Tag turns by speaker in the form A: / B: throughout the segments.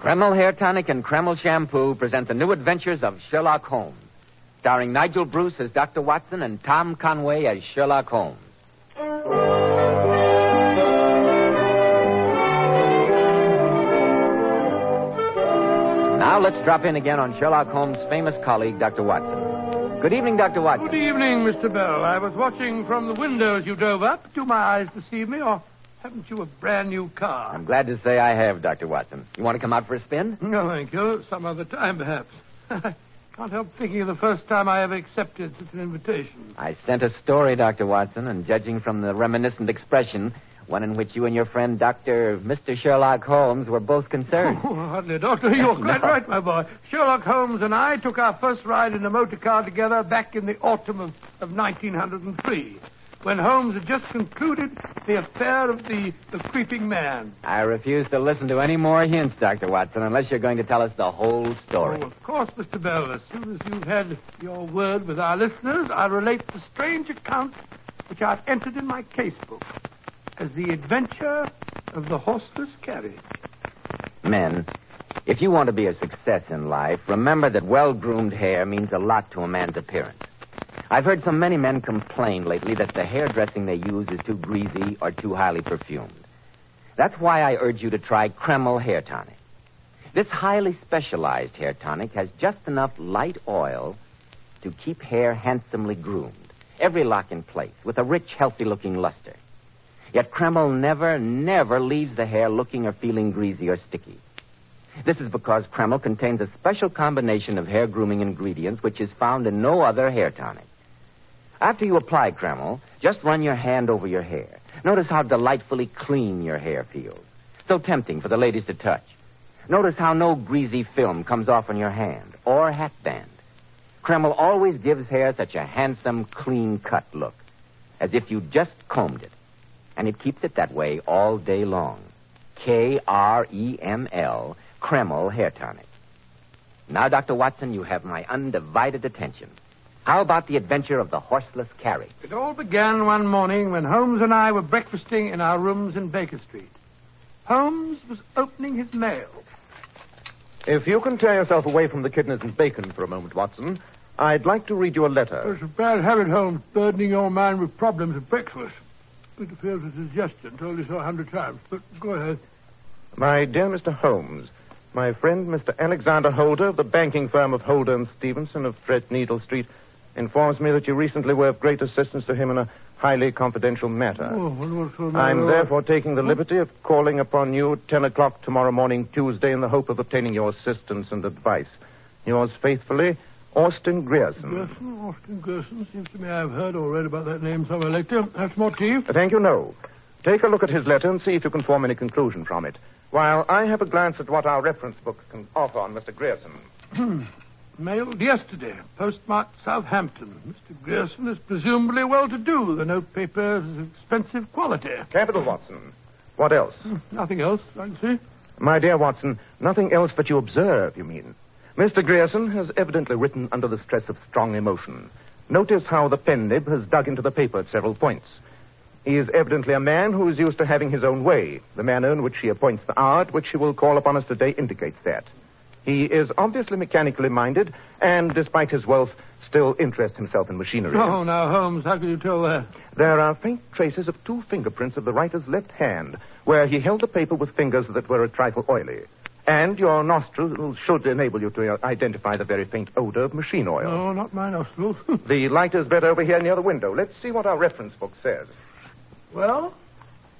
A: Kreml Hair Tonic and Kreml Shampoo present the new adventures of Sherlock Holmes, starring Nigel Bruce as Dr. Watson and Tom Conway as Sherlock Holmes. Now let's drop in again on Sherlock Holmes' famous colleague, Dr. Watson. Good evening, Dr. Watson.
B: Good e- evening, Mr. Bell. I was watching from the window as you drove up. Do my eyes deceive me, or haven't you a brand new car?
A: I'm glad to say I have, Dr. Watson. You want to come out for a spin?
B: No, thank you. Some other time, perhaps. I can't help thinking of the first time I ever accepted such an invitation.
A: I sent a story, Dr. Watson, and judging from the reminiscent expression, one in which you and your friend, Dr. Mr. Sherlock Holmes, were both concerned.
B: Oh, hardly, Doctor. You're quite right, my boy. Sherlock Holmes and I took our first ride in a motor car together back in the autumn of, of 1903, when Holmes had just concluded the affair of the, the creeping man.
A: I refuse to listen to any more hints, Dr. Watson, unless you're going to tell us the whole story.
B: Oh, of course, Mr. Bell. As soon as you've had your word with our listeners, I'll relate the strange account which I've entered in my case book as the adventure of the horseless carriage.
A: Men, if you want to be a success in life, remember that well groomed hair means a lot to a man's appearance. I've heard so many men complain lately that the hairdressing they use is too greasy or too highly perfumed. That's why I urge you to try Kreml Hair Tonic. This highly specialized hair tonic has just enough light oil to keep hair handsomely groomed, every lock in place, with a rich, healthy looking luster. Yet Kreml never, never leaves the hair looking or feeling greasy or sticky. This is because Kreml contains a special combination of hair grooming ingredients which is found in no other hair tonic. After you apply Kreml, just run your hand over your hair. Notice how delightfully clean your hair feels. So tempting for the ladies to touch. Notice how no greasy film comes off on your hand or hat band. Kreml always gives hair such a handsome, clean cut look, as if you just combed it. And it keeps it that way all day long. K R E M L, Kreml Hair Tonic. Now, Dr. Watson, you have my undivided attention. How about the adventure of the horseless carriage?
B: It all began one morning when Holmes and I were breakfasting in our rooms in Baker Street. Holmes was opening his mail.
C: If you can tear yourself away from the kidneys and bacon for a moment, Watson, I'd like to read you a
B: Oh,
C: letter.
B: It's a bad habit, Holmes, burdening your mind with problems at breakfast. Interferes with digestion. Told you so a hundred times. But go ahead.
C: My dear Mr. Holmes, my friend Mr. Alexander Holder of the banking firm of Holder and Stevenson of Threadneedle Street informs me that you recently were of great assistance to him in a highly confidential matter.
B: Oh, well, what's all the matter?
C: Uh, I'm therefore taking the liberty of calling upon you at 10 o'clock tomorrow morning, Tuesday, in the hope of obtaining your assistance and advice. Yours faithfully, Austin Grierson.
B: Gerson, Austin Gerson. Seems to me I've heard or read about that name somewhere. Lecter, have some more tea?
C: Thank you, no. Take a look at his letter and see if you can form any conclusion from it. While I have a glance at what our reference book can offer on Mr. Grierson.
B: Mailed yesterday, postmarked Southampton. Mr. Gerson is presumably well-to-do. The notepaper is of expensive quality.
C: Capital, Watson. What else?
B: Nothing else, I can see.
C: My dear Watson, nothing else but you observe, you mean. Mr. Grierson has evidently written under the stress of strong emotion. Notice how the pen nib has dug into the paper at several points. He is evidently a man who is used to having his own way. The manner in which he appoints the hour at which he will call upon us today indicates that. He is obviously mechanically minded, and despite his wealth, still interests himself in machinery.
B: Oh, now, Holmes, how can you tell that?
C: There are faint traces of two fingerprints of the writer's left hand, where he held the paper with fingers that were a trifle oily. And your nostrils should enable you to uh, identify the very faint odor of machine oil.
B: No, not my nostrils.
C: The lighter's bed over here near the window. Let's see what our reference book says.
B: well?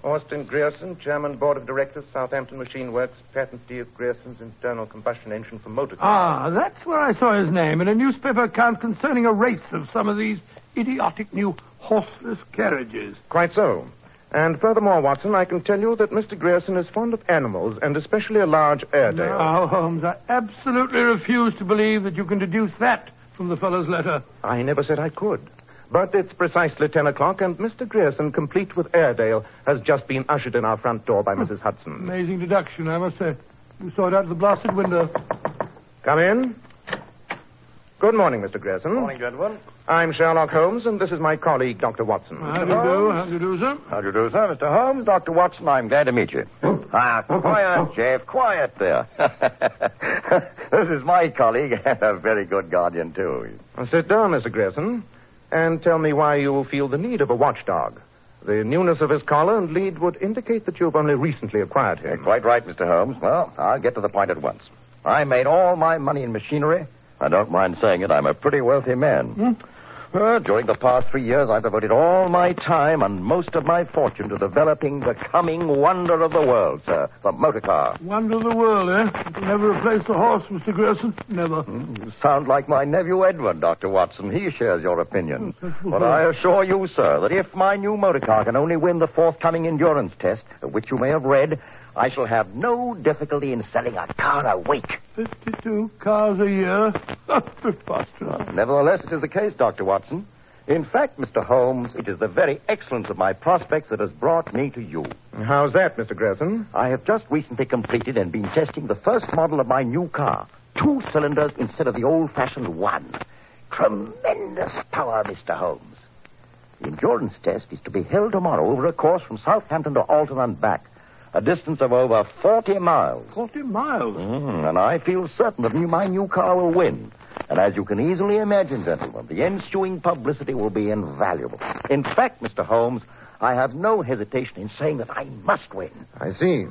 C: Austin Grierson, Chairman, Board of Directors, Southampton Machine Works, patentee of Grierson's internal combustion engine for motor
B: Ah, that's where I saw his name in a newspaper account concerning a race of some of these idiotic new horseless carriages.
C: Quite so. And furthermore, Watson, I can tell you that Mr. Grierson is fond of animals, and especially a large Airedale.
B: Now, Holmes, I absolutely refuse to believe that you can deduce that from the fellow's letter.
C: I never said I could. But it's precisely ten o'clock, and Mr. Grierson, complete with Airedale, has just been ushered in our front door by Mrs. Hudson.
B: Amazing deduction, I must say. You saw it out of the blasted window.
C: Come in. Good morning, Mr. Grierson.
D: Morning, gentlemen.
C: I'm Sherlock Holmes, and this is my colleague, Dr. Watson.
B: How do you do? How do you do, sir?
D: How do you do, sir? Mr. Holmes, Dr. Watson, I'm glad to meet you. Ah, quiet, Jeff, quiet there. this is my colleague and a very good guardian, too.
C: Uh, sit down, Mr. Grierson, and tell me why you feel the need of a watchdog. The newness of his collar and lead would indicate that you have only recently acquired
D: You're
C: him.
D: quite right, Mr. Holmes. Well, I'll get to the point at once. I made all my money in machinery. I don't mind saying it, I'm a pretty wealthy man. Uh, during the past three years, I've devoted all my time and most of my fortune to developing the coming wonder of the world, sir, the motor car.
B: Wonder of the world, eh? It'll never replace the horse, Mr. Gerson. Never.
D: You sound like my nephew Edward, Dr. Watson. He shares your opinion. But I assure you, sir, that if my new motor car can only win the forthcoming endurance test, of which you may have read, I shall have no difficulty in selling a car a week.
B: 52 cars a year. Preposterous.
D: Nevertheless, it is the case, Dr. Watson. In fact, Mr. Holmes, it is the very excellence of my prospects that has brought me to you.
C: How's that, Mr. Grierson?
D: I have just recently completed and been testing the first model of my new car. Two cylinders instead of the old fashioned one. Tremendous power, Mr. Holmes. The endurance test is to be held tomorrow over a course from Southampton to Alton and back, a distance of over 40 miles.
B: 40 miles.
D: Mm, and I feel certain that new- my new car will win. And as you can easily imagine, gentlemen, the ensuing publicity will be invaluable. In fact, Mr. Holmes, I have no hesitation in saying that I must win.
C: I see.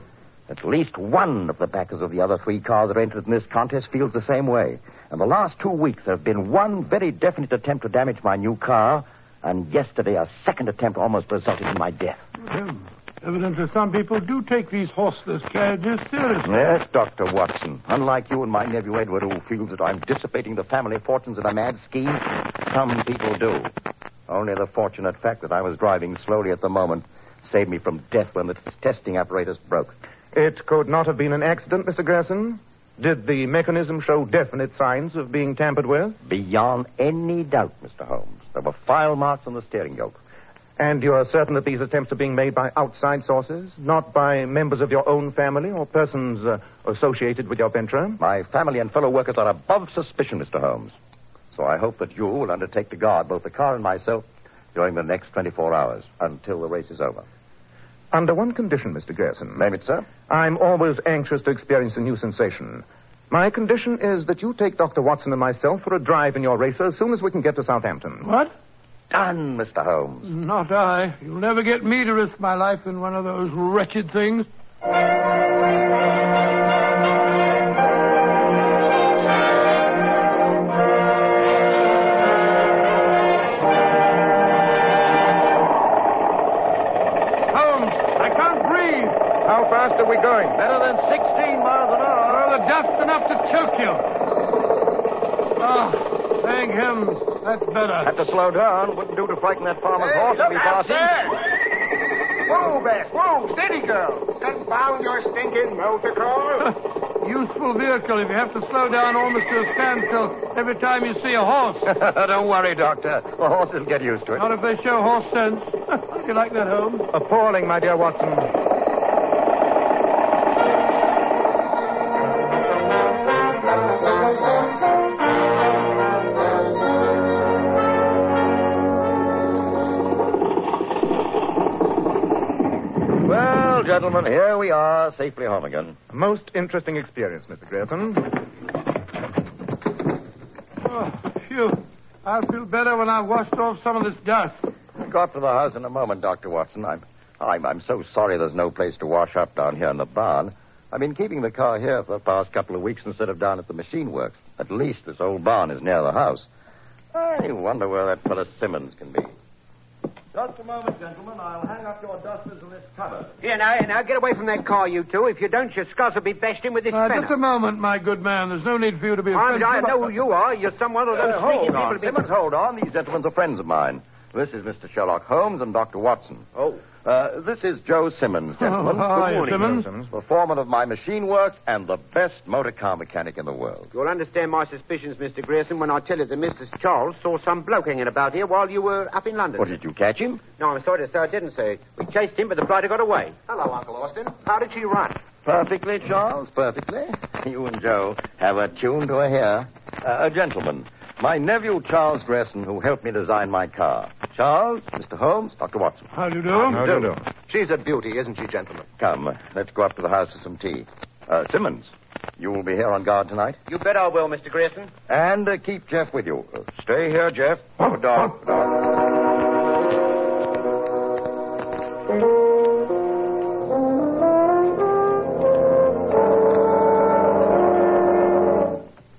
D: At least one of the backers of the other three cars that entered in this contest feels the same way. And the last two weeks, there have been one very definite attempt to damage my new car, and yesterday, a second attempt almost resulted in my death.
B: Um, evidently, some people do take these horseless carriages seriously.
D: Yes, Dr. Watson. Unlike you and my nephew Edward, who feels that I'm dissipating the family fortunes in a mad scheme, some people do. Only the fortunate fact that I was driving slowly at the moment saved me from death when the testing apparatus broke.
C: It could not have been an accident, Mr. Grierson. Did the mechanism show definite signs of being tampered with?
D: Beyond any doubt, Mr. Holmes, there were file marks on the steering yoke.
C: And you are certain that these attempts are being made by outside sources, not by members of your own family or persons uh, associated with your venture?
D: My family and fellow workers are above suspicion, Mr. Holmes. So I hope that you will undertake to guard both the car and myself during the next 24 hours until the race is over.
C: Under one condition, Mr. Grierson.
D: Name it, sir.
C: I'm always anxious to experience a new sensation. My condition is that you take Dr. Watson and myself for a drive in your racer as soon as we can get to Southampton.
B: Hmm? What?
D: Done, Mr. Holmes.
B: Not I. You'll never get me to risk my life in one of those wretched things. Holmes, I can't breathe.
C: How fast are we going?
D: Better than 16 miles an hour.
B: Throw the dust enough to choke you. Ah, thank him. That's better.
D: Have to slow down. Wouldn't do to frighten that farmer's horse to be bossy.
E: Whoa, Bess, whoa, steady, girl. Confound your stinking motor car.
B: Useful vehicle if you have to slow down almost to a standstill every time you see a horse.
D: Don't worry, Doctor. The horse will get used to it.
B: Not if they show horse sense. you like that, Holmes?
C: Appalling, my dear Watson.
D: Well, gentlemen, here we are, safely home again.
C: Most interesting experience, Mr. Grierson.
B: Oh, phew. I'll feel better when I've washed off some of this dust.
D: I'll go up to the house in a moment, Dr. Watson. I'm, I'm, I'm so sorry there's no place to wash up down here in the barn. I've been keeping the car here for the past couple of weeks instead of down at the machine works. At least this old barn is near the house. I wonder where that fellow Simmons can be. Just a moment, gentlemen. I'll hang up your dusters in this cupboard.
E: Here, now, here, now, get away from that car, you two. If you don't, your skulls will be bashed in with this
B: Uh,
E: fella.
B: just a moment, my good man. There's no need for you to be
E: I'm,
B: offended.
E: I know who you are. You're someone of those
D: Uh,
E: sneaky
D: hold
E: people.
D: on, Simmons, hold on. These gentlemen are friends of mine. This is Mr. Sherlock Holmes and Dr. Watson.
C: Oh.
D: Uh, this is Joe Simmons, gentlemen.
B: Oh, hi, Simmons.
D: The foreman of my machine works and the best motor car mechanic in the world.
E: You'll understand my suspicions, Mr. Grierson, when I tell you that Mrs. Charles saw some bloke hanging about here while you were up in London.
D: Well, did you catch him?
E: No, I'm sorry to say I didn't, sir. We chased him, but the blighter got away. Hello, Uncle Austin. How did she run?
D: Perfectly, Charles, perfectly. You and Joe have a tune to a hair. Uh, gentlemen, my nephew Charles Gresson, who helped me design my car, Charles, Mr. Holmes, Dr. Watson.
B: How do you do?
C: How do you do?
E: She's a beauty, isn't she, gentlemen?
D: Come, uh, let's go up to the house for some tea. Uh, Simmons, you will be here on guard tonight.
E: You bet I will, Mr. Grayson.
D: And uh, keep Jeff with you. Uh, stay here, Jeff. Oh, dog.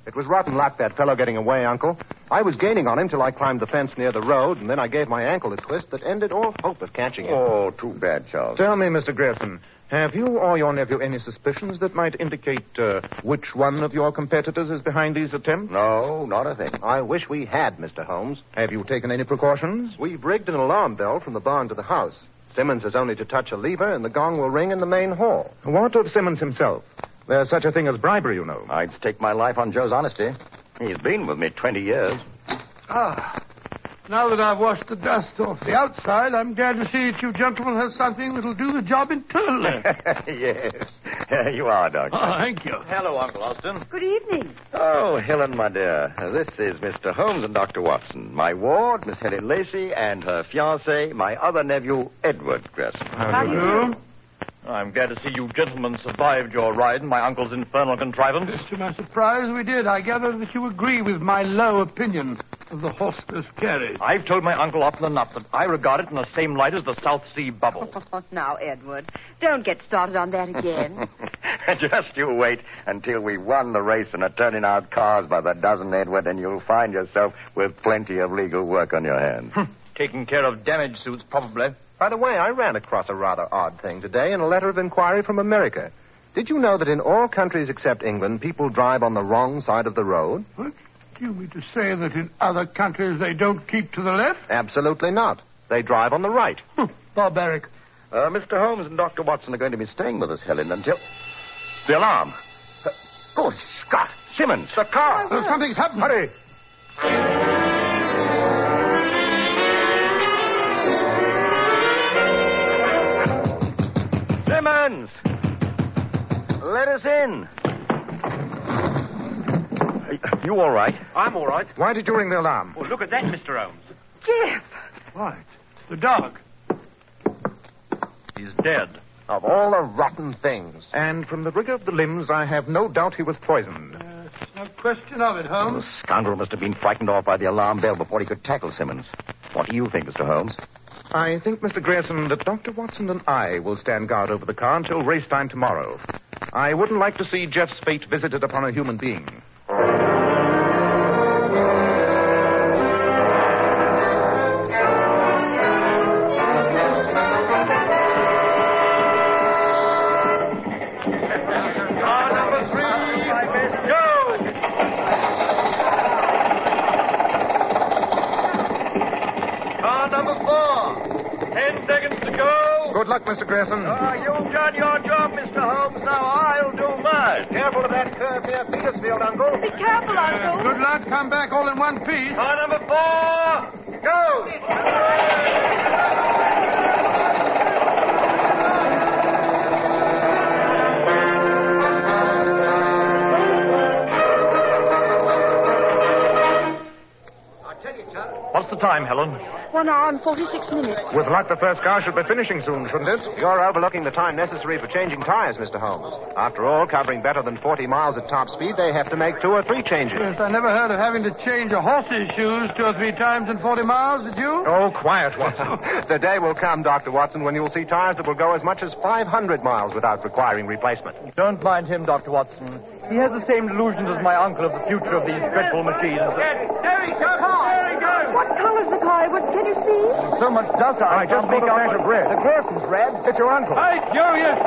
C: It was rotten luck, that fellow getting away, Uncle. I was gaining on him till I climbed the fence near the road, and then I gave my ankle a twist that ended all hope of catching him.
D: Oh, too bad, Charles.
C: Tell me, Mr. Grayson, have you or your nephew any suspicions that might indicate uh, which one of your competitors is behind these attempts?
D: No, not a thing.
C: I wish we had, Mr. Holmes. Have you taken any precautions? We've rigged an alarm bell from the barn to the house. Simmons has only to touch a lever, and the gong will ring in the main hall. What of Simmons himself? There's such a thing as bribery, you know.
D: I'd stake my life on Joe's honesty. He's been with me 20 years.
B: Ah. Now that I've washed the dust off the outside, I'm glad to see that you gentlemen have something that'll do the job internally.
D: yes. you are, Doctor.
B: oh, thank you.
D: Hello, Uncle Austin.
F: Good evening.
D: Oh, Helen, my dear. This is Mr. Holmes and Dr. Watson, my ward, Miss Helen Lacey, and her fiancé, my other nephew, Edward Gresham.
F: How do you do?
G: I'm glad to see you gentlemen survived your ride in my uncle's infernal contrivance.
B: To my surprise, we did. I gather that you agree with my low opinion of the horseless carriage.
G: I've told my uncle up in the nut that I regard it in the same light as the South Sea bubble.
F: Oh, now, Edward, don't get started on that again.
D: Just you wait until we won the race and are turning out cars by the dozen, Edward, and you'll find yourself with plenty of legal work on your hands.
G: Taking care of damage suits, probably.
C: By the way, I ran across a rather odd thing today in a letter of inquiry from America. Did you know that in all countries except England, people drive on the wrong side of the road?
B: What? Do you mean to say that in other countries they don't keep to the left?
C: Absolutely not. They drive on the right.
B: Barbaric.
D: Uh, Mr. Holmes and Dr. Watson are going to be staying with us, Helen, until. The alarm! Uh, Good Scott! Simmons, the car!
B: Oh, something's happened. Hurry.
D: Simmons! Let us in! Are You all right?
E: I'm all right.
C: Why did you ring the alarm?
G: Well, look at that, Mr. Holmes.
F: Jeff,
B: Right. The dog.
G: He's dead.
C: Of all the rotten things. And from the rigor of the limbs, I have no doubt he was poisoned.
B: Uh, no question of it,
C: Um,
D: The
B: Holmes.
D: scoundrel must have been frightened off by the alarm bell before he could tackle Simmons. What do you think, Mr. Holmes?
C: I think, Mr. Grayson, that Dr. Watson and I will stand guard over the car until race time tomorrow. I wouldn't like to see Jeff's fate visited upon a human being.
G: Car number four. Ten seconds to go.
C: Good luck, Mr. Grayson.
G: Ah, you've done your job, Mr. Holmes. Now I'll do mine. Careful of that curve near Petersfield, Uncle.
F: be careful, Uncle.
B: Good luck. Come back all in one piece.
G: Car number four. Go.
E: I'll tell you, Charles.
G: What's the time, Helen?
F: One hour and 46 minutes.
C: With luck, the first car should be finishing soon, shouldn't it? You're overlooking the time necessary for changing tires, Mr. Holmes. After all, covering better than 40 miles at top speed, they have to make two or three changes.
B: Yes, I never heard of having to change a horse's shoes two or three times in 40 miles, did you?
C: Oh, quiet, Watson. the day will come, Dr. Watson, when you'll see tires that will go as much as 500 miles without requiring replacement.
G: Don't mind him, Dr. Watson. He has the same delusions as my uncle of the future of these dreadful machines.
F: What color's the car, Edward? Can you see?
G: So much dust, I,
C: just put a dash of red.
G: The Grayson's red.
C: It's your uncle.
B: Right, yo, yes,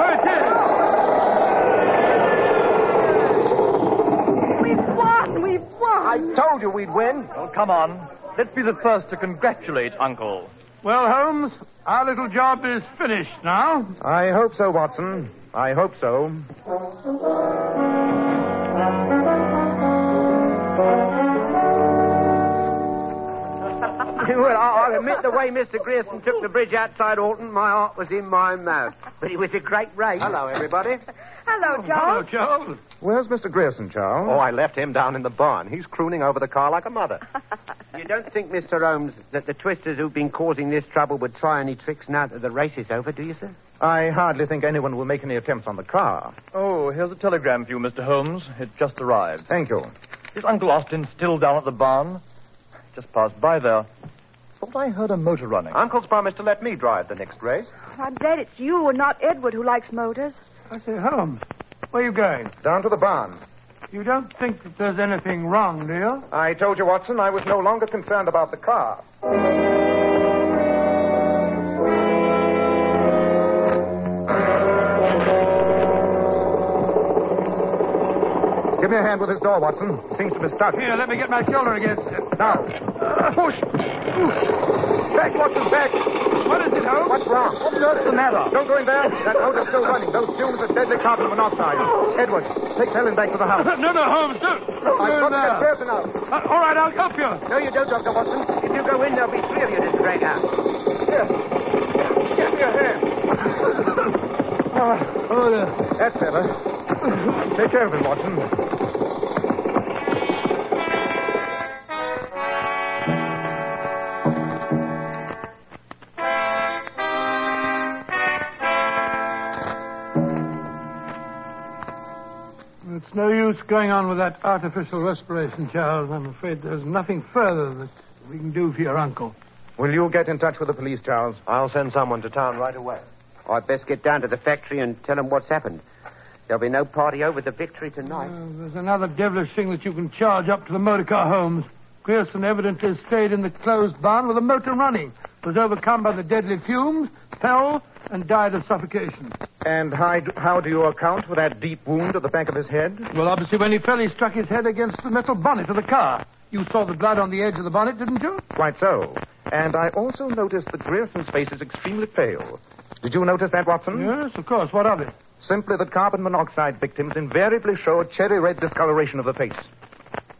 B: so it is.
F: We've won. We've won.
C: told you we'd win.
G: Well, come on. Let's be the first to congratulate Uncle.
B: Well, Holmes, our little job is finished now.
C: I hope so, Watson. I hope so.
E: well, I'll admit the way Mr. Grayson took the bridge outside Alton, my heart was in my mouth. But it was a great race. Hello, everybody.
F: Hello,
B: Hello,
F: Charles.
B: Charles.
E: Oh,
G: Oh.
C: Where's Mr. Grayson, Charles?
E: I left him down in the barn. He's crooning over the car like a mother. You don't think, Mr. Holmes, that the twisters who've been causing this trouble would try any tricks now that the race is over, do you, sir?
C: I hardly think anyone will make any attempts on the car.
H: Oh, here's a telegram for you, Mr. Holmes. It just arrived.
C: Thank you.
H: Is Uncle Austin still down at the barn? Just passed by there. Thought I heard a motor running.
C: Uncle's promised to let me drive the next race.
F: I'm glad it's you and not Edward who likes motors.
B: I say, Holmes, where are you going?
C: Down to the barn.
B: You don't think that there's anything wrong, do you?
C: I told you, Watson, I was no longer concerned about the car. Give me a hand with this door, Watson. Seems to be stuck.
B: Here, let me get my shoulder against it.
C: Now.
B: Push. Push. Back, Watson, back. What is it, Holmes?
C: What's wrong?
B: What's the matter?
C: Don't go in there. That motor's still running. Those fumes are deadly carbon monoxide. Edward, take Helen back to the house.
B: No, no, Holmes, don't. Don't
C: I've
B: go in
C: got that
B: there.
C: person out.
B: Uh, all right, I'll help you.
E: No, you don't, Dr. Watson. If you go in, there'll be three of you this great house.
B: Get your hand.
C: oh, that's better. Take care of him, Watson.
B: It's no use going on with that artificial respiration, Charles. I'm afraid there's nothing further that we can do for your uncle.
C: Will you get in touch with the police, Charles?
E: I'll send someone to town right away. I'd best get down to the factory and tell them what's happened. There'll be no party over the victory tonight.
B: Uh, there's another devilish thing that you can charge up to the motor car, Holmes. Grierson evidently stayed in the closed barn with the motor running, was overcome by the deadly fumes, fell, and died of suffocation.
C: And how, how do you account for that deep wound at the back of his head?
B: Well, obviously, when he fell, he struck his head against the metal bonnet of the car. You saw the blood on the edge of the bonnet, didn't you?
C: Quite so. And I also noticed that Grierson's face is extremely pale. Did you notice that, Watson?
B: Yes, of course. What of it?
C: Simply that carbon monoxide victims invariably show a cherry red discoloration of the face.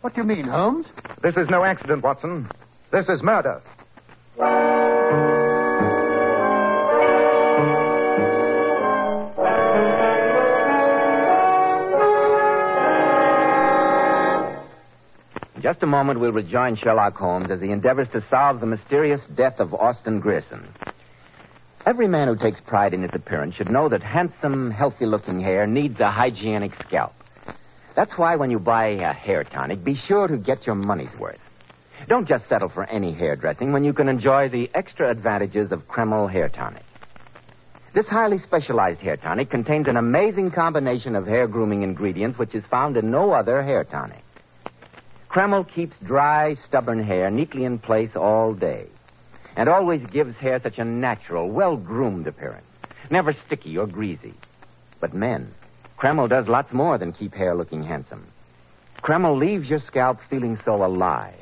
B: What do you mean, Holmes?
C: This is no accident, Watson. This is murder.
A: In just a moment, we'll rejoin Sherlock Holmes as he endeavors to solve the mysterious death of Austin Grierson. Every man who takes pride in his appearance should know that handsome, healthy looking hair needs a hygienic scalp. That's why when you buy a hair tonic, be sure to get your money's worth. Don't just settle for any hairdressing when you can enjoy the extra advantages of Kreml hair tonic. This highly specialized hair tonic contains an amazing combination of hair grooming ingredients which is found in no other hair tonic. Kreml keeps dry, stubborn hair neatly in place all day and always gives hair such a natural, well groomed appearance, never sticky or greasy. But men, Kreml does lots more than keep hair looking handsome. Kreml leaves your scalp feeling so alive.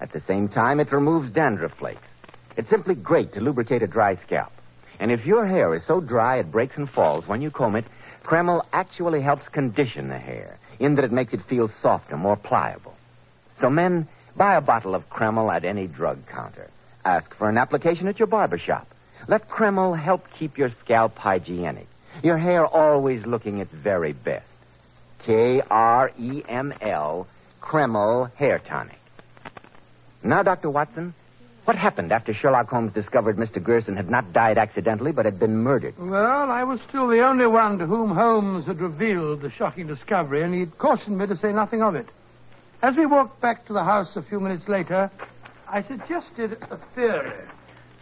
A: At the same time, it removes dandruff flakes. It's simply great to lubricate a dry scalp. And if your hair is so dry it breaks and falls when you comb it, Kreml actually helps condition the hair in that it makes it feel softer, more pliable. So, men, buy a bottle of Kreml at any drug counter. Ask for an application at your barber shop. Let Kreml help keep your scalp hygienic, your hair always looking its very best. K R E M L, Kreml Hair Tonic. Now, Dr. Watson, what happened after Sherlock Holmes discovered Mr. Gerson had not died accidentally but had been murdered?
B: Well, I was still the only one to whom Holmes had revealed the shocking discovery, and he had cautioned me to say nothing of it. As we walked back to the house a few minutes later, I suggested a theory.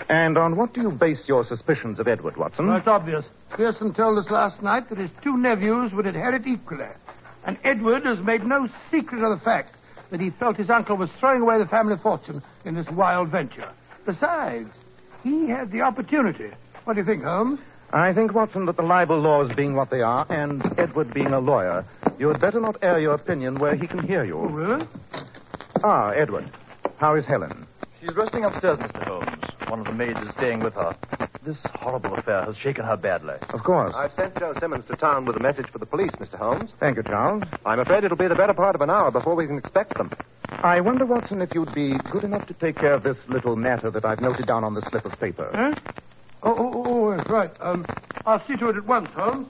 C: And on what do you base your suspicions of Edward, Watson?
B: Well, it's obvious. Pearson told us last night that his two nephews would inherit equally. And Edward has made no secret of the fact that he felt his uncle was throwing away the family fortune in this wild venture. Besides, he had the opportunity. What do you think, Holmes?
C: I think, Watson, that the libel laws being what they are, and Edward being a lawyer, you had better not air your opinion where he can hear you.
B: really?
C: Ah, Edward. How is Helen?
H: She's resting upstairs, Mr. Holmes. One of the maids is staying with her. This horrible affair has shaken her badly.
C: Of course.
E: I've sent Joe Simmons to town with a message for the police, Mr. Holmes.
C: Thank you, Charles.
E: I'm afraid it'll be the better part of an hour before we can expect them.
C: I wonder, Watson, if you'd be good enough to take care of this little matter that I've noted down on the slip of paper.
B: Huh? Oh, oh, oh, oh, that's right. Um, I'll see to it at once, Holmes.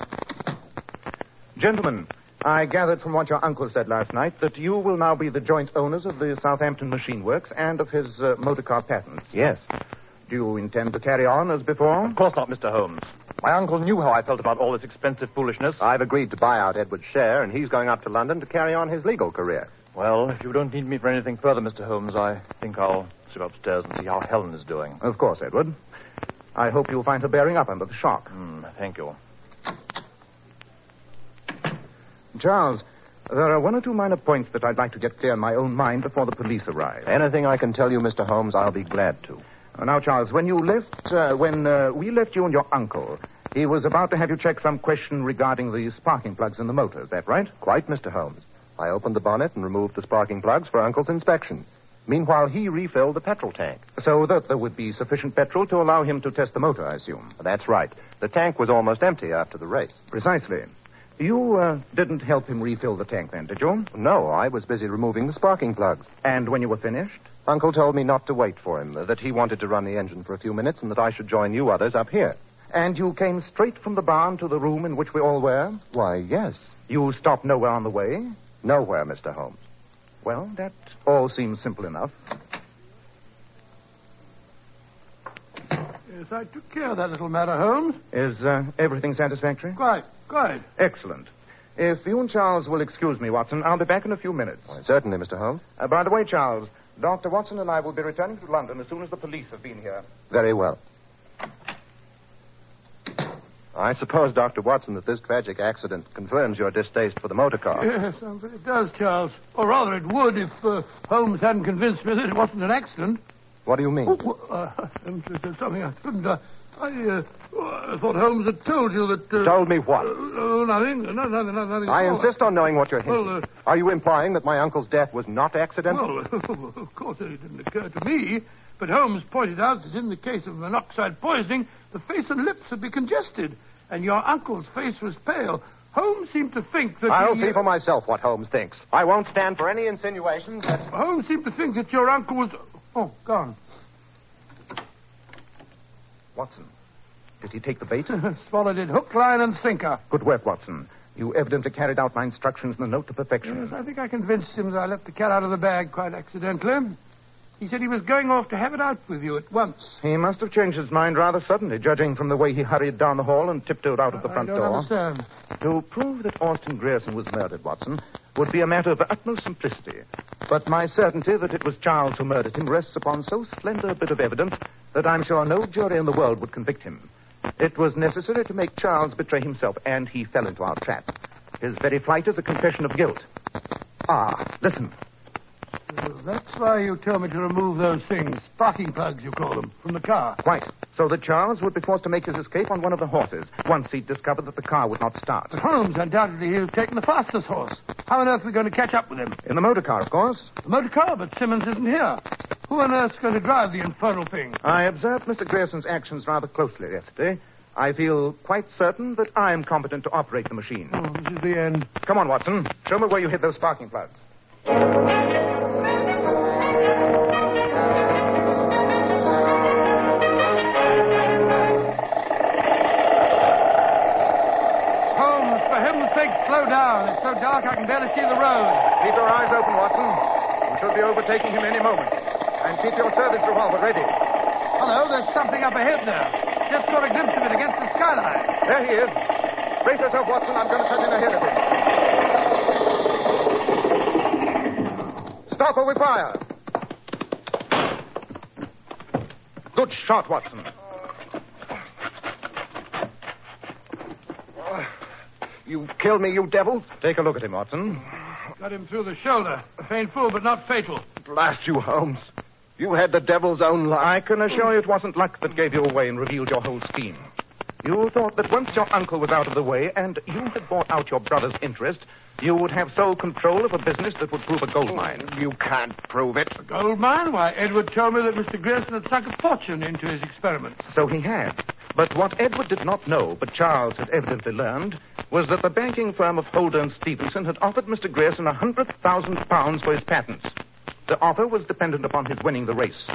C: Gentlemen, I gathered from what your uncle said last night that you will now be the joint owners of the Southampton Machine Works and of his uh, motor car patent.
H: Yes.
C: Do you intend to carry on as before?
H: Of course not, Mr. Holmes. My uncle knew how I felt about all this expensive foolishness.
I: I've agreed to buy out Edward's share, and he's going up to London to carry on his legal career.
H: Well, if you don't need me for anything further, Mr. Holmes, I think I'll sit upstairs and see how Helen is doing.
C: Of course, Edward. I hope you'll find her bearing up under the shock.
H: Hmm, thank you.
C: Charles, there are one or two minor points that I'd like to get clear in my own mind before the police arrive.
I: Anything I can tell you, Mr. Holmes, I'll be glad to.
C: Uh, Now, Charles, when you left, uh, when uh, we left you and your uncle, he was about to have you check some question regarding the sparking plugs in the motor. Is that right?
I: Quite, Mr. Holmes. I opened the bonnet and removed the sparking plugs for Uncle's inspection. Meanwhile, he refilled the petrol tank.
C: So that there would be sufficient petrol to allow him to test the motor, I assume.
I: That's right. The tank was almost empty after the race.
C: Precisely. You uh, didn't help him refill the tank then, did you?
I: No, I was busy removing the sparking plugs.
C: And when you were finished?
I: Uncle told me not to wait for him, that he wanted to run the engine for a few minutes and that I should join you others up here.
C: And you came straight from the barn to the room in which we all were?
I: Why, yes.
C: You stopped nowhere on the way?
I: Nowhere, Mr. Holmes.
C: Well, that all seems simple enough.
B: Yes, I took care of that little matter, Holmes.
C: Is uh, everything satisfactory?
B: Quite, quite.
C: Excellent. If you and Charles will excuse me, Watson, I'll be back in a few minutes.
I: Why, certainly, Mr. Holmes.
C: Uh, by the way, Charles, Dr. Watson and I will be returning to London as soon as the police have been here.
I: Very well. I suppose, Dr. Watson, that this tragic accident confirms your distaste for the motor car.
B: Yes, I'm afraid it does, Charles. Or rather, it would if uh, Holmes hadn't convinced me that it wasn't an accident.
I: What do you mean?
B: Oh, well, uh, I'm just- there's something I couldn't. Uh, I, uh, I thought Holmes had told you that. Uh,
I: Told me
B: Uh,
I: what?
B: oh, nothing. No, nothing. no- Nothing. at
I: I
B: all.
I: insist on knowing what you're hinting.
B: Well, uh,
I: Are you implying that my uncle's death was not accidental?
B: Well, of course it didn't occur to me, but Holmes pointed out that in the case of monoxide poisoning, the face and lips would be congested, and your uncle's face was pale. Holmes seemed to think that uh,
I: I'll
B: he-
I: see for myself what Holmes thinks. I won't stand for any insinuations that.
B: Holmes seemed to think that your uncle was. Oh, gone.
C: Watson, did he take the bait?
B: Swallowed it hook, line, and sinker.
C: Good work, Watson. You evidently carried out my instructions in the note to perfection.
B: Yes, I think I convinced him that I let the cat out of the bag quite accidentally. He said he was going off to have it out with you at once.
C: He must have changed his mind rather suddenly, judging from the way he hurried down the hall and tiptoed out of the front
B: I don't
C: door.
B: understand.
C: To prove that Austin Grierson was murdered, Watson, would be a matter of utmost simplicity. But my certainty that it was Charles who murdered him rests upon so slender a bit of evidence that I'm sure no jury in the world would convict him. It was necessary to make Charles betray himself, and he fell into our trap. His very flight is a confession of guilt. Ah, listen.
B: Uh, That's why you tell me to remove those things, sparking plugs, you call them, from the car.
C: Quite. So that Charles would be forced to make his escape on one of the horses once he'd discovered that the car would not start.
B: But Holmes, undoubtedly, he'll take the fastest horse. How on earth are we going to catch up with him?
C: In the motor car, of course.
B: The motor car, but Simmons isn't here. Who on earth's going to drive the infernal thing?
C: I observed Mr. Grierson's actions rather closely yesterday. I feel quite certain that I am competent to operate the machine.
B: Oh, this is the end.
C: Come on, Watson. Show me where you hid those sparking plugs.
B: Holmes, for heaven's sake, slow down. It's so dark I can barely see the road.
C: Keep your eyes open, Watson. We shall be overtaking him any moment. And keep your service revolver ready.
B: Hello, there's something up ahead there. Just caught a glimpse of it against the skyline.
C: There he is. Brace yourself, Watson. I'm going to turn in ahead of him. Stop or we fire. Good shot, Watson.
I: You kill me, you devils!
C: Take a look at him, Watson.
B: Got him through the shoulder. Painful, but not fatal.
I: Blast you, Holmes. You had the devil's own
C: I can assure you it wasn't luck that gave you away and revealed your whole scheme. You thought that once your uncle was out of the way and you had bought out your brother's interest, you would have sole control of a business that would prove a gold mine.
I: You can't prove it.
B: Gold mine? Why, Edward told me that Mr. Grierson had sunk a fortune into his experiment.
C: So he had. But what Edward did not know, but Charles had evidently learned, was that the banking firm of Holder and Stevenson had offered Mr. Grierson a hundred thousand pounds for his patents. The offer was dependent upon his winning the race.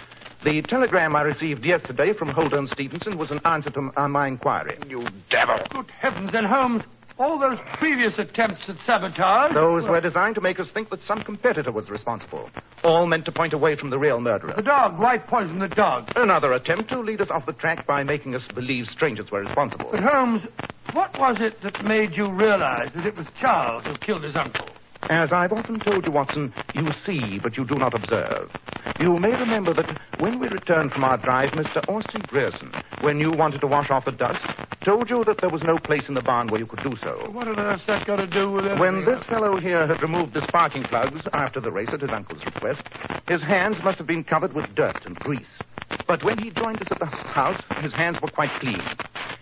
C: The telegram I received yesterday from Holder and Stevenson was an answer to uh, my inquiry.
I: You devil!
B: Good heavens, then, Holmes. All those previous attempts at sabotage.
C: Those were designed to make us think that some competitor was responsible, all meant to point away from the real murderer.
B: The dog. Why poison the dog?
C: Another attempt to lead us off the track by making us believe strangers were responsible.
B: But Holmes, what was it that made you realize that it was Charles who killed his uncle?
C: As I've often told you, Watson, you see, but you do not observe. You may remember that when we returned from our drive, Mr. Austin Grierson, when you wanted to wash off the dust, told you that there was no place in the barn where you could do so.
B: What on earth's that got to do with it?
C: When this fellow here had removed the sparking plugs after the race at his uncle's request, his hands must have been covered with dirt and grease. But when he joined us at the house, his hands were quite clean.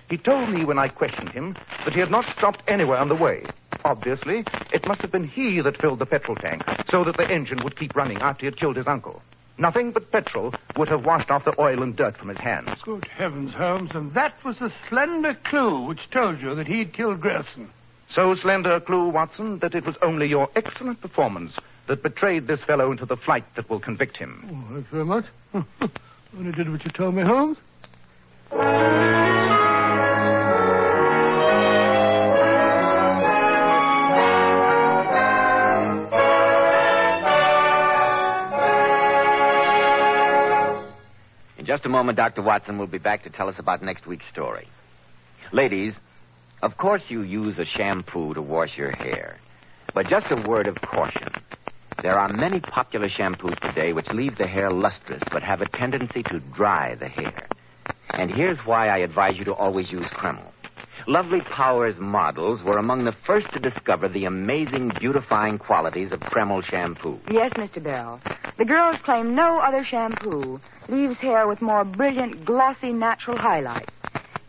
C: He told me when I questioned him that he had not stopped anywhere on the way. Obviously, it must have been he that filled the petrol tank so that the engine would keep running after he had killed his uncle. Nothing but petrol would have washed off the oil and dirt from his hands.
B: Good heavens, Holmes, and that was the slender clue which told you that he'd killed Grierson.
C: So slender a clue, Watson, that it was only your excellent performance that betrayed this fellow into the flight that will convict him.
B: Oh, thanks very much. Only did what you told me, Holmes.
A: In just a moment, Dr. Watson will be back to tell us about next week's story. Ladies, of course you use a shampoo to wash your hair. But just a word of caution. There are many popular shampoos today which leave the hair lustrous but have a tendency to dry the hair. And here's why I advise you to always use Kreml. Lovely Powers models were among the first to discover the amazing beautifying qualities of Kreml shampoo.
J: Yes, Mr. Bell. The girls claim no other shampoo leaves hair with more brilliant, glossy, natural highlights.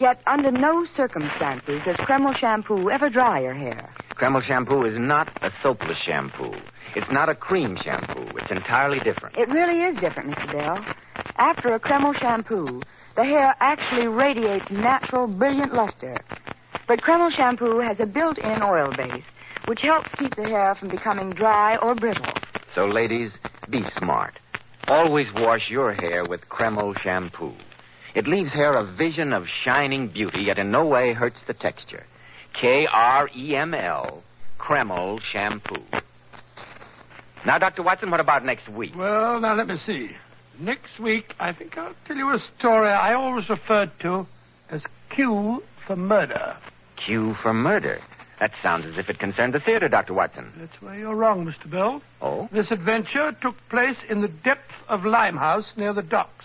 J: Yet, under no circumstances does Kreml shampoo ever dry your hair.
A: Kreml shampoo is not a soapless shampoo. It's not a cream shampoo. It's entirely different.
J: It really is different, Mr. Bell. After a Kreml shampoo, the hair actually radiates natural, brilliant luster. But Kreml shampoo has a built in oil base, which helps keep the hair from becoming dry or brittle.
A: So, ladies, be smart. Always wash your hair with Kreml shampoo. It leaves hair a vision of shining beauty, yet in no way hurts the texture. K R E M L, Kreml shampoo. Now, Dr. Watson, what about next week?
B: Well, now let me see. Next week, I think I'll tell you a story I always referred to as Q for murder.
A: Q for murder. That sounds as if it concerned the theater, Dr. Watson.
B: That's where you're wrong, Mr. Bell.
A: Oh?
B: This adventure took place in the depth of Limehouse near the docks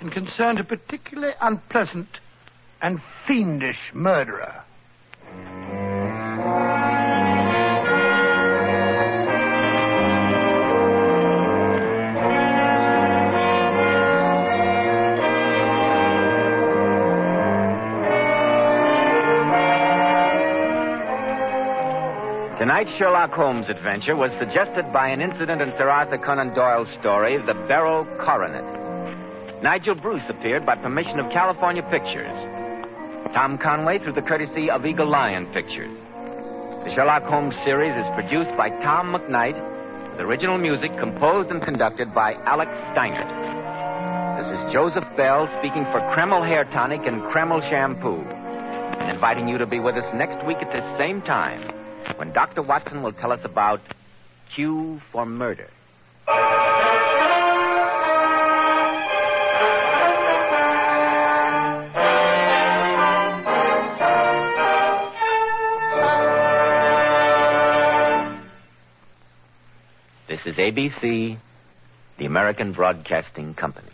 B: and concerned a particularly unpleasant and fiendish murderer.
A: Tonight's Sherlock Holmes adventure was suggested by an incident in Sir Arthur Conan Doyle's story, The Barrow Coronet. Nigel Bruce appeared by permission of California Pictures. Tom Conway through the courtesy of Eagle Lion Pictures. The Sherlock Holmes series is produced by Tom McKnight, with original music composed and conducted by Alex Steinert. This is Joseph Bell speaking for Kreml Hair Tonic and Kreml Shampoo, and inviting you to be with us next week at this same time when Dr. Watson will tell us about Q for Murder. This is ABC, the American Broadcasting Company.